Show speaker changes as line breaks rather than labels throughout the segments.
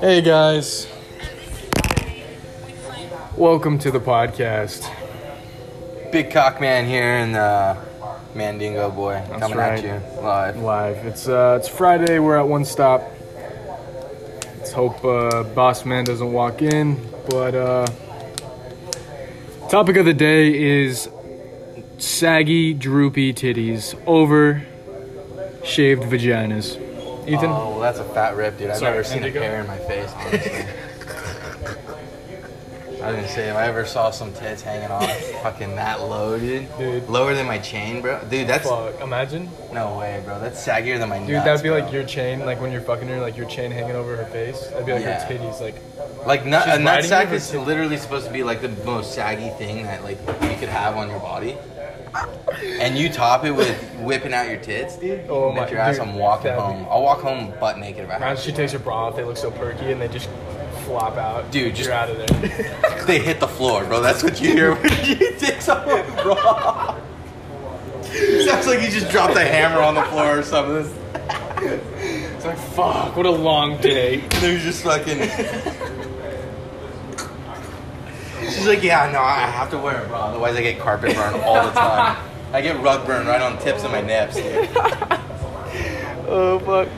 Hey guys. Welcome to the podcast.
Big Cock Man here and uh, Mandingo Boy coming
right.
at you live.
Live. It's uh, it's Friday. We're at one stop. Let's hope uh, Boss Man doesn't walk in. But uh, topic of the day is saggy, droopy titties over shaved vaginas. Ethan.
Oh, that's a fat rip, dude. I've
Sorry,
never seen a
Indigo?
hair in my face, honestly. I didn't say if I ever saw some tits hanging off fucking that low, dude.
Dude.
Lower than my chain, bro. Dude, that's
Fuck. Imagine,
no way, bro. That's saggier than my
dude.
nuts,
that'd be
bro.
like your chain, like when you're fucking her, like your chain hanging over her face. That'd be like
Yeah.
her titties, like
Like nut,
She's
a nut
riding
sack
you or
is
titty?
literally supposed to be like the most saggy thing that like you could have on your body. And you top it with whipping out your tits, dude.
Oh
you can
my-
bet your ass
dude,
I'm walking
that'd
home. I'll walk home butt naked if I
Now
have.
she takes her bra off, they look so perky, and they just flop out.
Dude, just-
you're out of there.
to. They hit the floor, bro. That's what you hear when you take someone raw. Sounds like you just dropped a hammer on the floor or something.
it's like fuck, what a long day.
There's just fucking. She's like, yeah, no, I have to wear a bra, otherwise I get carpet burn all the time. I get rug burn right on tips of my nips. dude.
oh fuck.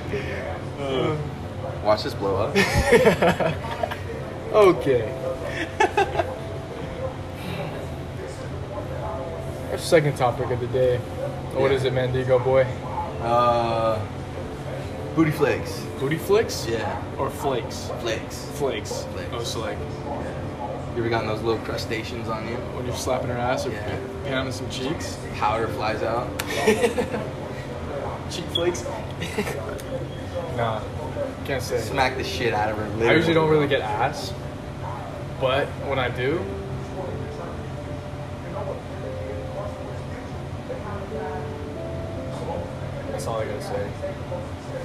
Watch this blow up.
Okay. Our second topic of the day. What
Yeah.
is it, Mandigo boy?
Uh, booty flakes.
Booty flicks?
Yeah,
Or flakes?
flakes.
Flakes.
Flakes.
Oh, so like
You ever gotten those little crustaceans on you?
when you're slapping her ass or
Yeah.
pounding some cheeks?
Powder flies out.
Cheek flakes? nah. Can't say.
Smack the shit out of her.
I
literally.
usually don't really get ass, but when I do, that's all I gotta say.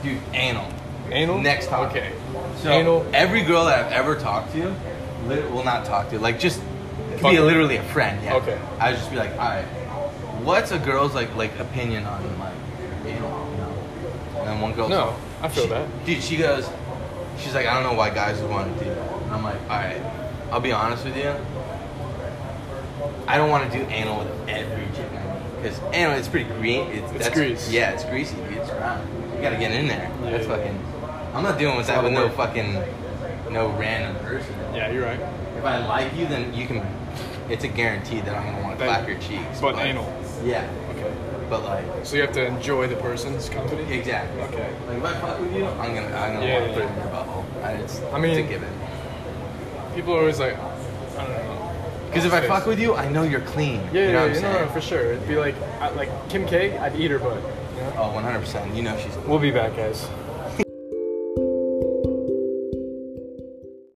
Dude, anal.
Anal.
Next topic.
Okay.
So
Anal.
every girl that I've ever talked to, lit- will not talk to, like just it could
Fuck
be
it.
literally a friend. Yeah.
Okay.
I would just be like, all right, what's a girl's like like opinion on like anal? You know? And then one girl.
No, I feel
she-
that.
Dude, she goes, she's like, I don't know why guys would want to do that. And I'm like, all right, I'll be honest with you. I don't want to do anal with every chick because anal it's pretty green. It's, that's,
grease.
Yeah, it's greasy, dude. It's round. You gotta get in there.
Yeah,
that's
yeah.
fucking. I'm not dealing with
lot
that with
of
no
work.
fucking, no random person.
Yeah, you're right.
If I like you, then you can. It's a guarantee that I'm gonna want to
But-
clap your cheeks.
but anal.
Yeah,
Okay.
but like
So you have to enjoy the person's company.
exactly.
Okay.
Like if I fuck with you, I'm gonna I'm gonna
Yeah,
want to
yeah,
put it
yeah.
in your butthole. I, it's,
I mean-
it's a given.
People are always like, I don't know.
Because if I fuck with you, I know you're clean.
yeah,
you know
yeah,
what I'm
yeah, no,
saying?
no, for sure. It'd be like, I, like Kim K, I'd eat her butt. you know?
Oh, 100%. You know she's.
We'll be back, guys.